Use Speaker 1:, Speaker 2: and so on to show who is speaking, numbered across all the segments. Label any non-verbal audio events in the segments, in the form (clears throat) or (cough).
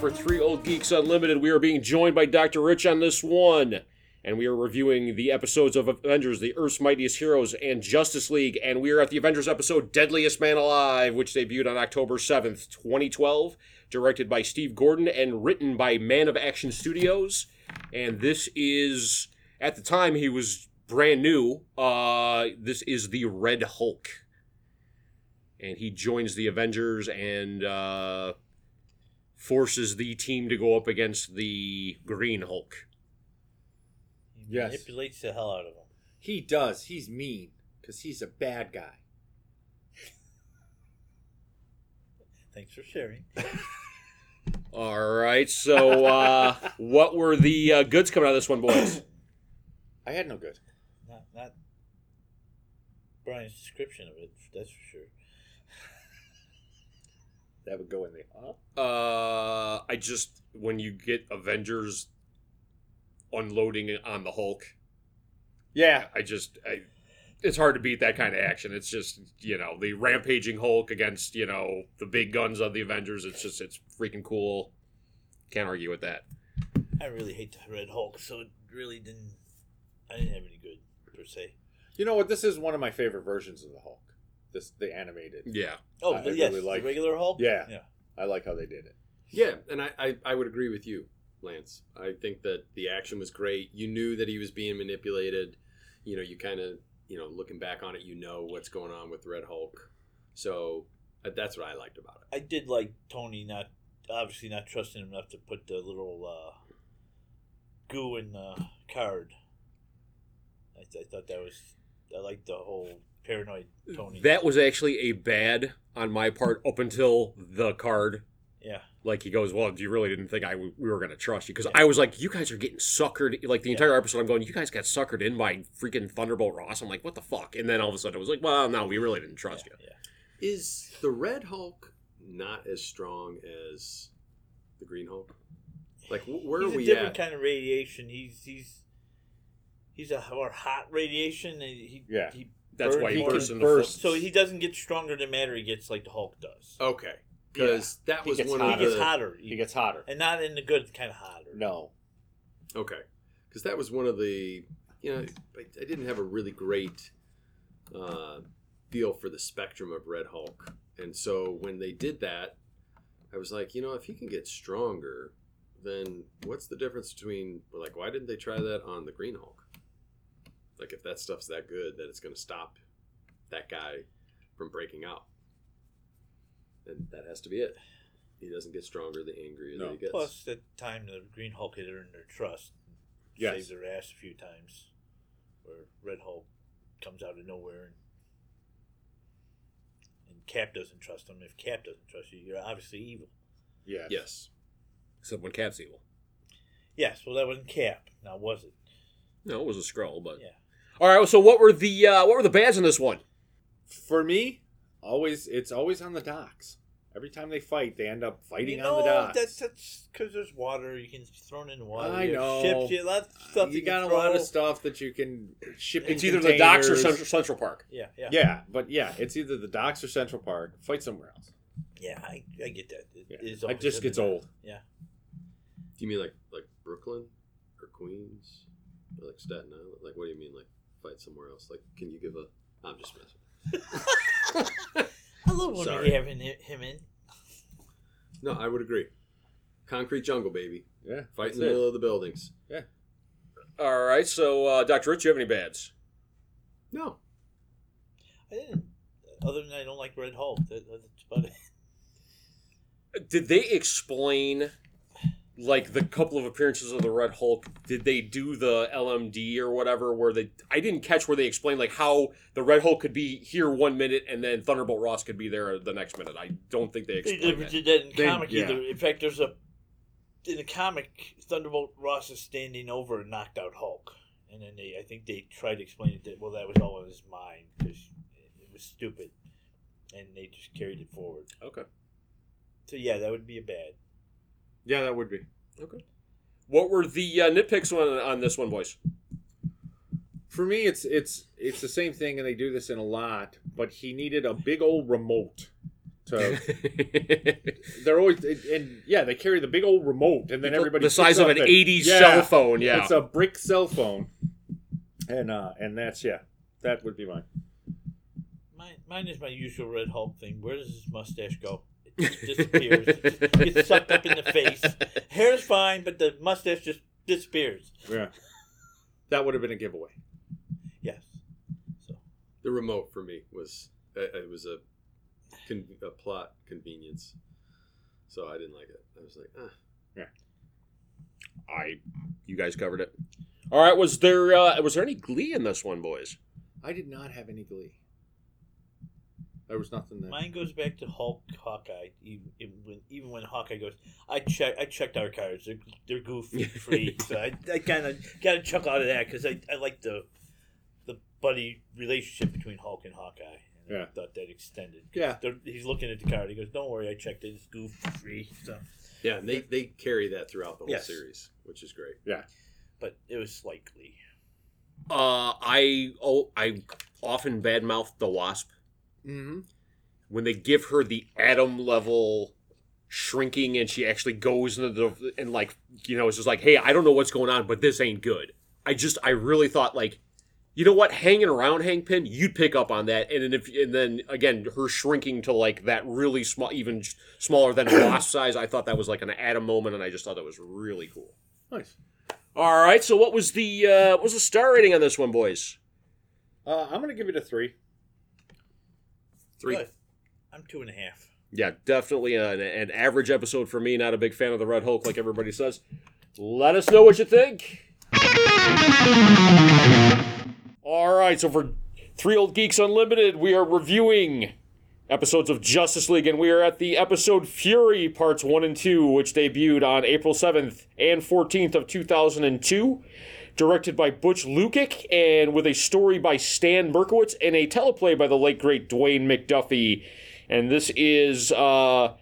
Speaker 1: for Three Old Geeks Unlimited. We are being joined by Dr. Rich on this one. And we are reviewing the episodes of Avengers, The Earth's Mightiest Heroes, and Justice League. And we are at the Avengers episode Deadliest Man Alive, which debuted on October 7th, 2012, directed by Steve Gordon and written by Man of Action Studios. And this is, at the time, he was brand new. Uh, this is the Red Hulk. And he joins the Avengers and uh, forces the team to go up against the Green Hulk.
Speaker 2: He
Speaker 3: Yes.
Speaker 2: manipulates the hell out of him.
Speaker 3: He does. He's mean because he's a bad guy.
Speaker 2: Thanks for sharing.
Speaker 1: All right, so uh, what were the uh, goods coming out of this one, boys? (clears throat)
Speaker 3: I had no good.
Speaker 2: Not not Brian's description of it. That's for sure.
Speaker 3: That would go in there. Huh?
Speaker 1: Uh, I just when you get Avengers unloading on the Hulk,
Speaker 3: Yeah.
Speaker 1: I just I, it's hard to beat that kind of action. It's just you know the rampaging Hulk against you know the big guns of the Avengers. It's just it's freaking cool. Can't argue with that.
Speaker 2: I really hate the Red Hulk, so it really didn't. I didn't have any good per se.
Speaker 3: You know what? This is one of my favorite versions of the Hulk. This the animated.
Speaker 1: Yeah,
Speaker 2: Oh,
Speaker 3: I
Speaker 2: but yes,
Speaker 3: really like-
Speaker 2: the regular Hulk.
Speaker 3: Yeah.
Speaker 2: yeah.
Speaker 3: I like how they did it.
Speaker 4: Yeah, and I, I, I would agree with you, Lance. I think that the action was great. You knew that he was being manipulated. You know, you kind of, you know, looking back on it, you know what's going on with Red Hulk. So uh, that's what I liked about it.
Speaker 2: I did like Tony not obviously not trusting him enough to put the little uh, goo in the card. I, I thought that was I liked the whole paranoid Tony.
Speaker 1: that was actually a bad on my part up until the card
Speaker 2: yeah,
Speaker 1: like he goes, well, you really didn't think I w- we were gonna trust you because I was like, you guys are getting suckered. Like the
Speaker 2: Yeah.
Speaker 1: entire episode, I'm going, you guys got suckered in by freaking Thunderbolt Ross. I'm like, what the fuck? And then all of a sudden, it was like, well, no, we really didn't trust
Speaker 2: yeah, yeah.
Speaker 4: Is the Red Hulk not as strong as the Green Hulk? Like, wh- where
Speaker 2: he's
Speaker 4: are
Speaker 2: a
Speaker 4: we
Speaker 2: different
Speaker 4: at?
Speaker 2: kind of radiation. He's he's he's a more hot radiation. And he
Speaker 3: Yeah.
Speaker 2: he
Speaker 1: That's
Speaker 2: burns
Speaker 1: why he
Speaker 2: more-
Speaker 1: bursts in the
Speaker 3: burst.
Speaker 2: So he doesn't get stronger than matter. He gets like the Hulk does.
Speaker 4: okay, because that
Speaker 3: He
Speaker 4: was
Speaker 3: gets
Speaker 4: one
Speaker 2: he
Speaker 4: of Oh, the
Speaker 2: gets hotter.
Speaker 3: He gets hotter.
Speaker 2: and not in the good kind of hotter.
Speaker 3: No.
Speaker 4: Okay, because that was one of the you know I, I didn't have a really great uh, feel for the spectrum of Red Hulk, and so when they did that, I was like, you know, if he can get stronger, then what's the difference between like why didn't they try that on the Green Hulk? Like if that stuff's that good, that it's going to stop that guy from breaking out, and that has to be it. He doesn't get stronger the angrier
Speaker 3: No.
Speaker 4: that he gets.
Speaker 2: Plus, the time the Green Hulk had earned their trust,
Speaker 3: Yes.
Speaker 2: saved their ass a few times, where Red Hulk comes out of nowhere and and Cap doesn't trust him. If Cap doesn't trust you, you're obviously evil.
Speaker 3: Yeah.
Speaker 4: yes.
Speaker 1: Except when Cap's evil.
Speaker 2: Yes, well that wasn't Cap. Now was it?
Speaker 1: No, it was a scroll, but
Speaker 2: Yeah.
Speaker 1: all right. So what were the uh, what were the bads in this one?
Speaker 3: For me, always it's always on the docks. Every time they fight, they end up fighting
Speaker 2: you
Speaker 3: on the docks.
Speaker 2: That's that's because there's water. You can throw it in the water.
Speaker 3: I
Speaker 2: you have
Speaker 3: know.
Speaker 2: Ships. You have lots of stuff.
Speaker 3: you
Speaker 2: can
Speaker 3: got a
Speaker 2: throw.
Speaker 3: lot of stuff that you can ship
Speaker 1: It's
Speaker 3: in
Speaker 1: either the docks or
Speaker 3: containers.
Speaker 1: Central, Central Park.
Speaker 2: Yeah, yeah, yeah.
Speaker 3: Yeah, but yeah, it's either the docks or Central Park. Fight somewhere else.
Speaker 2: I, I get that. It,
Speaker 3: Yeah.
Speaker 2: is
Speaker 3: It
Speaker 2: always
Speaker 3: just
Speaker 2: in the
Speaker 3: gets
Speaker 2: dark.
Speaker 3: old.
Speaker 2: Yeah.
Speaker 4: Do you mean like like Brooklyn or Queens or like Staten Island? Like what do you mean like fight somewhere else? Like can you give a? I'm just messing.
Speaker 2: I love when
Speaker 4: Sorry.
Speaker 2: we have him him in.
Speaker 4: No, I would agree. Concrete jungle, baby.
Speaker 3: Yeah.
Speaker 4: Fight
Speaker 3: that's
Speaker 4: in the
Speaker 3: it.
Speaker 4: middle of the buildings.
Speaker 1: All right. So uh, Doctor Rich, you have any bads?
Speaker 4: No,
Speaker 2: I didn't. Other than I don't like Red Hulk. That, that's about it.
Speaker 1: Did they explain? Like the couple of appearances of the Red Hulk, did they do the LMD or whatever? Where they, I didn't catch where they explained like how the Red Hulk could be here one minute and then Thunderbolt Ross could be there the next minute. I don't think they
Speaker 2: They
Speaker 1: explained
Speaker 2: never
Speaker 1: that.
Speaker 2: did that in
Speaker 3: They-
Speaker 2: comic
Speaker 3: yeah.
Speaker 2: either. In fact, there's a in the comic Thunderbolt Ross is standing over a knocked out Hulk, and then they I think they tried to explain it that well that was all in his mind because it was stupid, and they just carried it forward.
Speaker 1: Okay.
Speaker 2: So yeah, that would be a bad.
Speaker 3: Yeah, that would be.
Speaker 1: What were the uh, nitpicks on on this one, boys?
Speaker 3: For me, it's it's it's the same thing, and they do this in a lot. But he needed a big old remote
Speaker 1: Uh, (laughs)
Speaker 3: So they're always and- and yeah, they carry the big old remote,
Speaker 1: (laughs)
Speaker 3: and then everybody
Speaker 1: the
Speaker 3: picks
Speaker 1: size of
Speaker 3: up
Speaker 1: an
Speaker 3: and-
Speaker 1: 80s
Speaker 3: Yeah.
Speaker 1: cell phone. Yeah.
Speaker 3: It's a brick cell phone, and uh, and that's yeah, that would be mine.
Speaker 2: Mine, mine is my usual Red Hulk thing. Where does his mustache go? It just disappears. it just gets sucked up in the face. Hair's fine, but the mustache just disappears.
Speaker 3: Yeah, that would have been a giveaway.
Speaker 2: Yes. So
Speaker 4: the remote for me was uh, it was a, con- a plot convenience, so I didn't like it. I was like, ah.
Speaker 1: (laughs) I, you guys covered it. All right. Was there uh, was there any glee in this one, boys?
Speaker 3: I did not have any glee. There was nothing there.
Speaker 2: mine goes back to Hulk Hawkeye. Even, even when even when Hawkeye goes, I check I checked our cards. They're, they're
Speaker 4: (laughs)
Speaker 2: goofy free. so I, I kind of got a chuckle out of that because I, I like the the buddy relationship between Hulk and Hawkeye. And I
Speaker 3: Yeah.
Speaker 2: thought that extended.
Speaker 3: Yeah.
Speaker 2: They're- he's looking at the card. He goes, "Don't worry, I checked it. It's goof free." So.
Speaker 4: yeah, and they they carry that throughout the whole
Speaker 2: Yes.
Speaker 4: series, which is great.
Speaker 2: but it was slightly.
Speaker 1: Uh, I oh I often badmouth the Wasp
Speaker 3: Mm-hmm.
Speaker 1: when they give her the atom level shrinking and she actually goes into the and like you know it's just like hey I don't know what's going on but this ain't good. I just I really thought like. You know what? Hanging around Hangpin, you'd pick up on that, and then if and then again, her shrinking to like that really small, even sh- smaller than wasp size. I thought that was like an atom moment, and I just thought that was really cool.
Speaker 3: Nice.
Speaker 1: All right. So what was the uh, what was the star rating on this one, boys?
Speaker 3: Uh, I'm gonna give it a three.
Speaker 4: Three.
Speaker 2: Good. I'm two and a half.
Speaker 1: Yeah, definitely an, an average episode for me. Not a big fan of the Red Hulk, like everybody says. Let us know what you think. All right. So for Three Old Geeks Unlimited, we are reviewing episodes of Justice League, and we are at the episode Fury Parts 1 and 2, which debuted on April 7th and 14th of 2002. Directed by Butch Lukic, and with a story by Stan Berkowitz and a teleplay by the late great Dwayne McDuffie. And this is uh,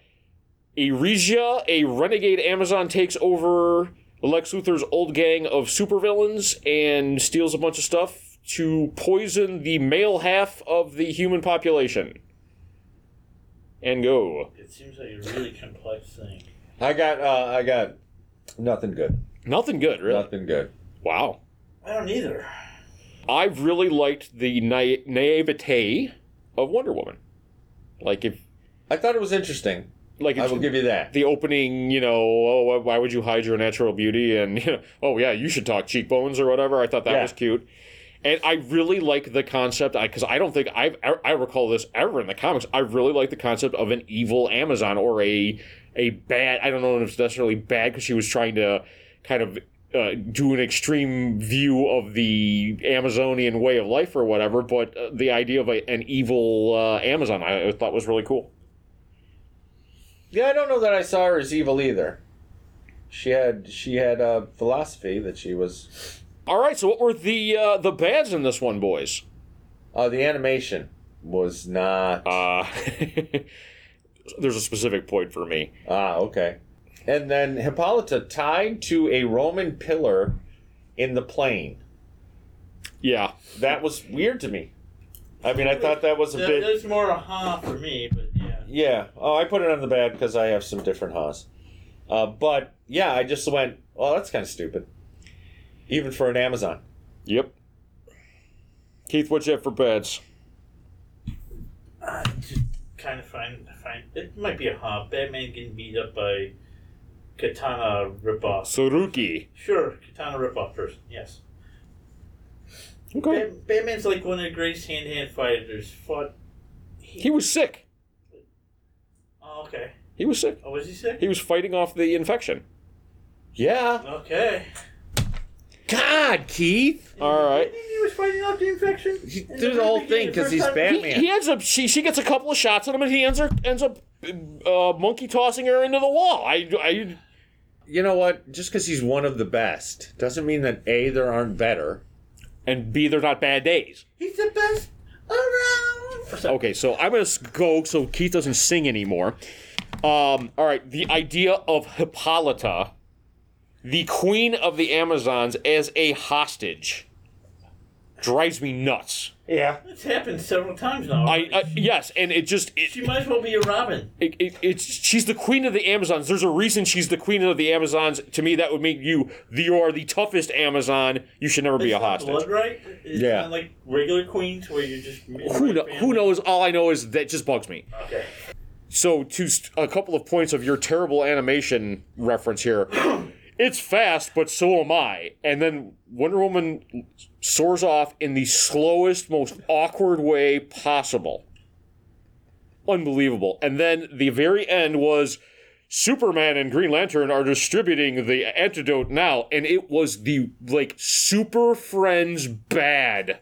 Speaker 1: Eresia, a renegade Amazon, takes over Lex Luthor's old gang of supervillains and steals a bunch of stuff to poison the male half of the human population. And go.
Speaker 2: It seems like a really complex thing.
Speaker 5: I got uh, I got nothing good.
Speaker 1: Nothing good, really.
Speaker 5: Nothing good.
Speaker 1: Wow.
Speaker 2: I don't either.
Speaker 1: I really liked the na- naivete of Wonder Woman. Like if,
Speaker 5: I thought it was interesting.
Speaker 1: like if
Speaker 5: I will
Speaker 1: you-
Speaker 5: give you that.
Speaker 1: the opening, you know, oh, why- why would you hide your natural beauty? And, (laughs) you know, oh, yeah, you should talk cheekbones or whatever. I thought that
Speaker 5: Yeah.
Speaker 1: was cute. And I really like the concept, because I, don't think I've, er, I, I recall this ever in the comics. I really like the concept of an evil Amazon or a, a bad, I don't know if it's necessarily bad because she was trying to kind of uh, do an extreme view of the Amazonian way of life or whatever, but uh, the idea of a, an evil uh, Amazon I, I thought was really cool.
Speaker 5: Yeah, I don't know that I saw her as evil either. She had she had a philosophy that she was
Speaker 1: All right, so what were the uh, the bads in this one, boys?
Speaker 5: uh, the animation was not
Speaker 1: Uh, (laughs) there's a specific point for me.
Speaker 5: Ah, okay. And then Hippolyta tied to a Roman pillar in the plane.
Speaker 1: Yeah,
Speaker 5: That was weird to me. I mean, I thought that was a
Speaker 2: That,
Speaker 5: bit.
Speaker 2: that's more a huh for me, but yeah.
Speaker 5: Yeah. Oh, I put it on the bad because I have some different haws. Uh, but yeah, I just went, well, that's kind of stupid. Even for an Amazon.
Speaker 1: yep. Keith, what you have for bads?
Speaker 2: I just kind of find find it might be a huh. Batman getting beat up by Katana ripoff.
Speaker 1: Suruki.
Speaker 2: Sure, Katana ripoff person. Yes.
Speaker 1: Okay.
Speaker 2: Bat, Batman's like one of the greatest hand to hand fighters fought.
Speaker 1: He was sick.
Speaker 2: Oh, okay.
Speaker 1: He was sick.
Speaker 2: Oh, was he sick?
Speaker 1: He was fighting off the infection.
Speaker 5: Yeah.
Speaker 2: Okay.
Speaker 1: God, Keith. All right.
Speaker 2: Didn't He was fighting off the infection.
Speaker 5: He
Speaker 2: In
Speaker 5: threw the whole
Speaker 2: very beginning,
Speaker 5: thing 'cause
Speaker 2: first
Speaker 5: he's
Speaker 2: time-
Speaker 5: Batman.
Speaker 1: He, he ends up. She she gets a couple of shots at him, and he ends up ends up uh, monkey tossing her into the wall. I I
Speaker 5: You know what? Just because he's one of the best doesn't mean that A, there aren't better.
Speaker 1: and B they're not bad days.
Speaker 2: He's the best around.
Speaker 1: Okay, so I'm gonna s- go so Keith doesn't sing anymore. Um, all right, the idea of Hippolyta, the queen of the Amazons, as a hostage. drives me nuts. Uh,
Speaker 5: Yeah.
Speaker 2: It's happened several times now.
Speaker 1: I, I yes, and it just
Speaker 2: she
Speaker 1: it,
Speaker 2: might as well be a Robin.
Speaker 1: it, it it's she's the queen of the Amazons. There's a reason she's the queen of the Amazons. To me, that would make you the you are the toughest Amazon. You should never be
Speaker 2: It's
Speaker 1: a
Speaker 2: not
Speaker 1: hostage.
Speaker 2: Blood right? It's
Speaker 5: Yeah.
Speaker 2: Not like regular queens where you're just
Speaker 1: Who, kno- who knows? All I know is that just bugs me.
Speaker 2: Okay.
Speaker 1: So to st- a couple of points of your terrible animation reference here. It's fast, but so am I. And then Wonder Woman soars off in the slowest, most awkward way possible. Unbelievable. And then the very end was Superman and Green Lantern are distributing the antidote now, and it was the like Super Friends bad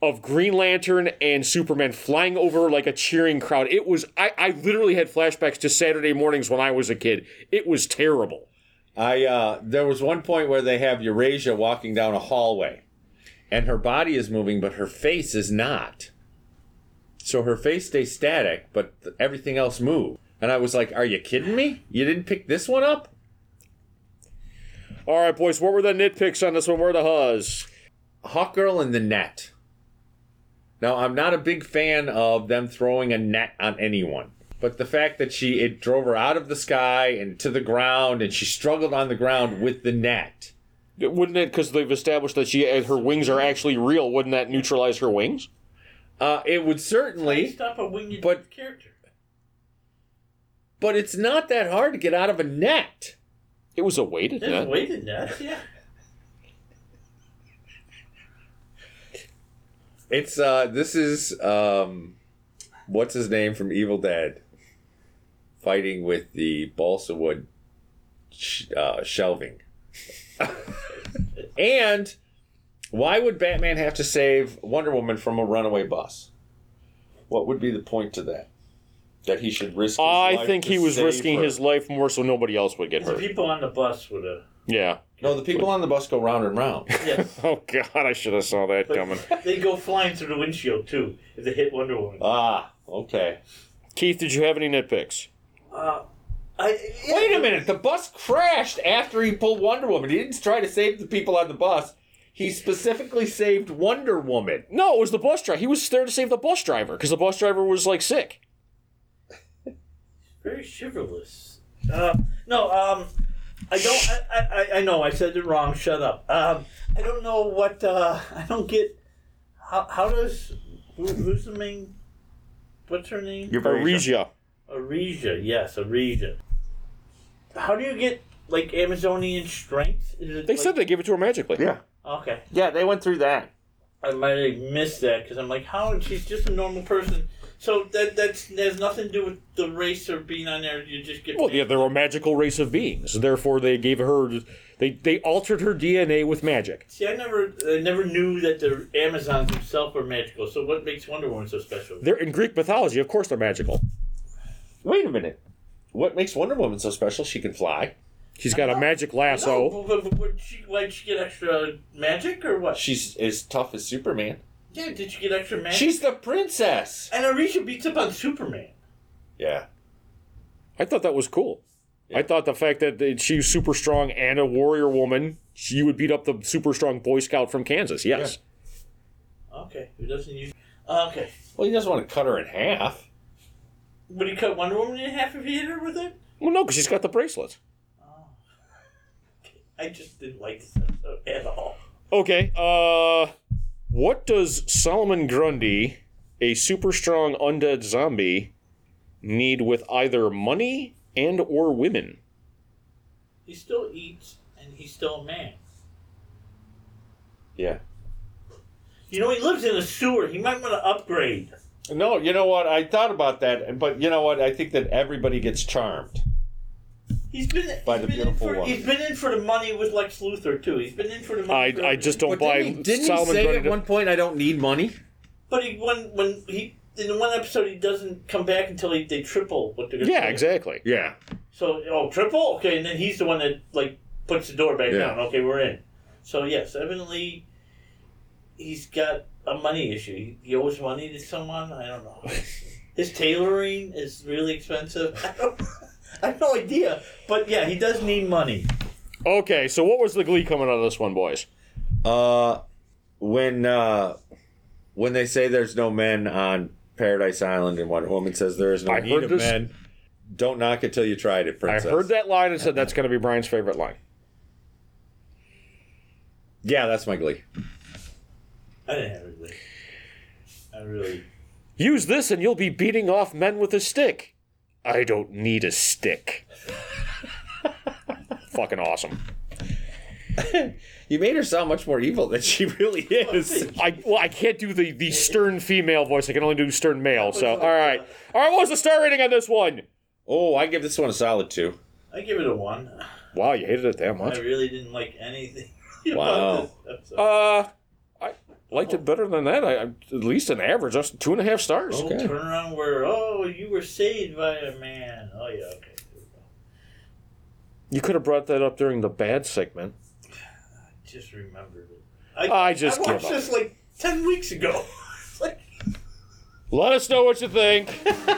Speaker 1: of Green Lantern and Superman flying over like a cheering crowd. It was I, I literally had flashbacks to Saturday mornings when I was a kid. It was terrible.
Speaker 5: I uh, there was one point where they have Eurasia walking down a hallway, and her body is moving, but her face is not. So her face stays static, but th- everything else moves. And I was like, "Are you kidding me? You didn't pick this one up?"
Speaker 1: All right, boys, what were the nitpicks on this one? Where are the huzz?
Speaker 5: Hawkgirl in the net. Now I'm not a big fan of them throwing a net on anyone, but the fact that she it drove her out of the sky and to the ground, and she struggled on the ground with the net.
Speaker 1: Wouldn't it because they've established that she her wings are actually real? Wouldn't that neutralize her wings?
Speaker 5: Uh, it would certainly
Speaker 2: Stop a winged
Speaker 5: But-
Speaker 2: character.
Speaker 5: But it's not that hard to get out of a net.
Speaker 1: It was a weighted
Speaker 2: There's
Speaker 1: net.
Speaker 2: weight in that. Yeah.
Speaker 5: (laughs) It's uh this is um what's his name from Evil Dead fighting with the balsa wood sh- uh, shelving. (laughs) and why would Batman have to save Wonder Woman from a runaway bus? What would be the point to that? That he should risk his
Speaker 1: I
Speaker 5: life
Speaker 1: think
Speaker 5: to
Speaker 1: he was
Speaker 5: save
Speaker 1: risking
Speaker 5: her?
Speaker 1: his life more so nobody else would get
Speaker 2: The
Speaker 1: hurt.
Speaker 2: people on the bus would have.
Speaker 1: Yeah. (laughs)
Speaker 5: No, the people on the bus go round and round. (laughs)
Speaker 2: Yes.
Speaker 1: Oh God, I should have saw that coming.
Speaker 2: But they go flying through the windshield too if they hit Wonder Woman.
Speaker 5: ah, okay.
Speaker 1: Keith, did you have any nitpicks?
Speaker 2: Uh, I, yeah,
Speaker 5: Wait a minute. The bus crashed after he pulled Wonder Woman. He didn't try to save the people on the bus. He specifically saved Wonder Woman.
Speaker 1: No, it was the bus driver. He was there to save the bus driver because the bus driver was like sick.
Speaker 2: Very chivalrous. Uh, no, um, I don't. I, I, I- I know I said it wrong. Shut up. Um, I don't know what. Uh, I don't get. How, how does who, who's the main? What's her name?
Speaker 1: Aresia.
Speaker 2: Aresia, yes, Aresia. How do you get like Amazonian strength? Is it
Speaker 1: They
Speaker 2: like-
Speaker 1: said they gave it to her magically.
Speaker 5: Yeah.
Speaker 2: okay.
Speaker 5: Yeah, they went through that.
Speaker 2: I might have missed that because I'm like, how? And she's just a normal person. So that that's there's nothing to do with the race or being on there. You just get
Speaker 1: Well, yeah, they're a magical race of beings. Therefore, they gave her they they altered her DNA with magic.
Speaker 2: See, I never I never knew that the Amazons themselves were magical. So what makes Wonder Woman so special?
Speaker 1: They're in Greek mythology, of course, they're magical.
Speaker 5: Wait a minute. What makes Wonder Woman so special? She can fly.
Speaker 1: She's got a magic lasso.
Speaker 2: Oh, but, but, but would she like she get extra magic or what?
Speaker 5: She's as tough as Superman.
Speaker 2: Yeah, did she get extra magic?
Speaker 5: She's the princess.
Speaker 2: and Arisha beats up on Superman.
Speaker 5: Yeah.
Speaker 1: I thought that was cool. I thought the fact that they- she's super strong and a warrior woman, she would beat up the super strong Boy Scout from Kansas. Yes.
Speaker 2: Okay, who doesn't use? Okay,
Speaker 5: Well, he doesn't want to cut her in half.
Speaker 2: would he cut Wonder Woman in half if he hit her with it?
Speaker 1: Well, no, because she's got the bracelet.
Speaker 2: I just didn't like this episode at all.
Speaker 1: Okay. Uh, what does Solomon Grundy, a super strong undead zombie, need with either money and or women?
Speaker 2: He still eats, and he's still a man.
Speaker 5: Yeah.
Speaker 2: You know, he lives in a sewer. He might want to upgrade.
Speaker 5: No, you know what? I thought about that, but you know what? I think that everybody gets charmed.
Speaker 2: He's been
Speaker 5: By
Speaker 2: he's
Speaker 5: the
Speaker 2: been in
Speaker 5: beautiful
Speaker 2: for,
Speaker 5: one.
Speaker 2: He's been in for the money with Lex Luthor too. He's been in for the money.
Speaker 1: I,
Speaker 2: for
Speaker 1: I just
Speaker 2: everything.
Speaker 1: don't buy Solomon Grundy. to-
Speaker 5: point, I don't need money?
Speaker 2: But he when when he in the one episode he doesn't come back until he, they triple what they're gonna
Speaker 1: yeah,
Speaker 2: pay him.
Speaker 1: exactly.
Speaker 5: Yeah.
Speaker 2: So oh triple okay, and then he's the one that like puts the door back
Speaker 5: Yeah.
Speaker 2: down. Okay, we're in. So yes, evidently he's got a money issue. He, he owes money to someone. I don't
Speaker 5: (laughs)
Speaker 2: know. His tailoring is really expensive. I don't. (laughs) I have no idea. But yeah, he does need money.
Speaker 1: Okay, so what was the glee coming out of this one, boys?
Speaker 5: Uh, when uh, when they say there's no men on Paradise Island and Wonder Woman says there is no
Speaker 1: I
Speaker 5: need
Speaker 1: heard
Speaker 5: of
Speaker 1: this-
Speaker 5: men, don't knock it till you tried it,
Speaker 1: I
Speaker 5: princess.
Speaker 1: heard that line and said that's going to be Brian's favorite line.
Speaker 5: Yeah, that's my glee.
Speaker 2: I didn't have it. really. I
Speaker 5: (laughs)
Speaker 2: really.
Speaker 1: Use this and you'll be beating off men with a stick. I don't need a (laughs) stick. Fucking awesome.
Speaker 5: You made her sound much more evil than (laughs) she really is.
Speaker 1: I well, I can't do the the stern female voice. I can only do stern male. So all right, all right. What was the star rating on this one?
Speaker 5: oh, I give this one a solid two.
Speaker 2: I give it a one.
Speaker 1: Wow, you hated it that much.
Speaker 2: I really didn't like anything. (laughs)
Speaker 5: Wow.
Speaker 2: About this episode.
Speaker 1: Uh, I liked it better than that. I, I- at least an average, that's two and a half stars.
Speaker 2: Oh,
Speaker 5: okay.
Speaker 2: turn around where, oh, you were saved by a man. Oh, yeah, okay. there we go.
Speaker 1: You could have brought that up during the bad segment.
Speaker 2: Just remembered it.
Speaker 1: I just
Speaker 2: I
Speaker 1: give
Speaker 2: watched
Speaker 1: up.
Speaker 2: (laughs) this like 10 weeks ago. It's like,
Speaker 1: Let us know what you think.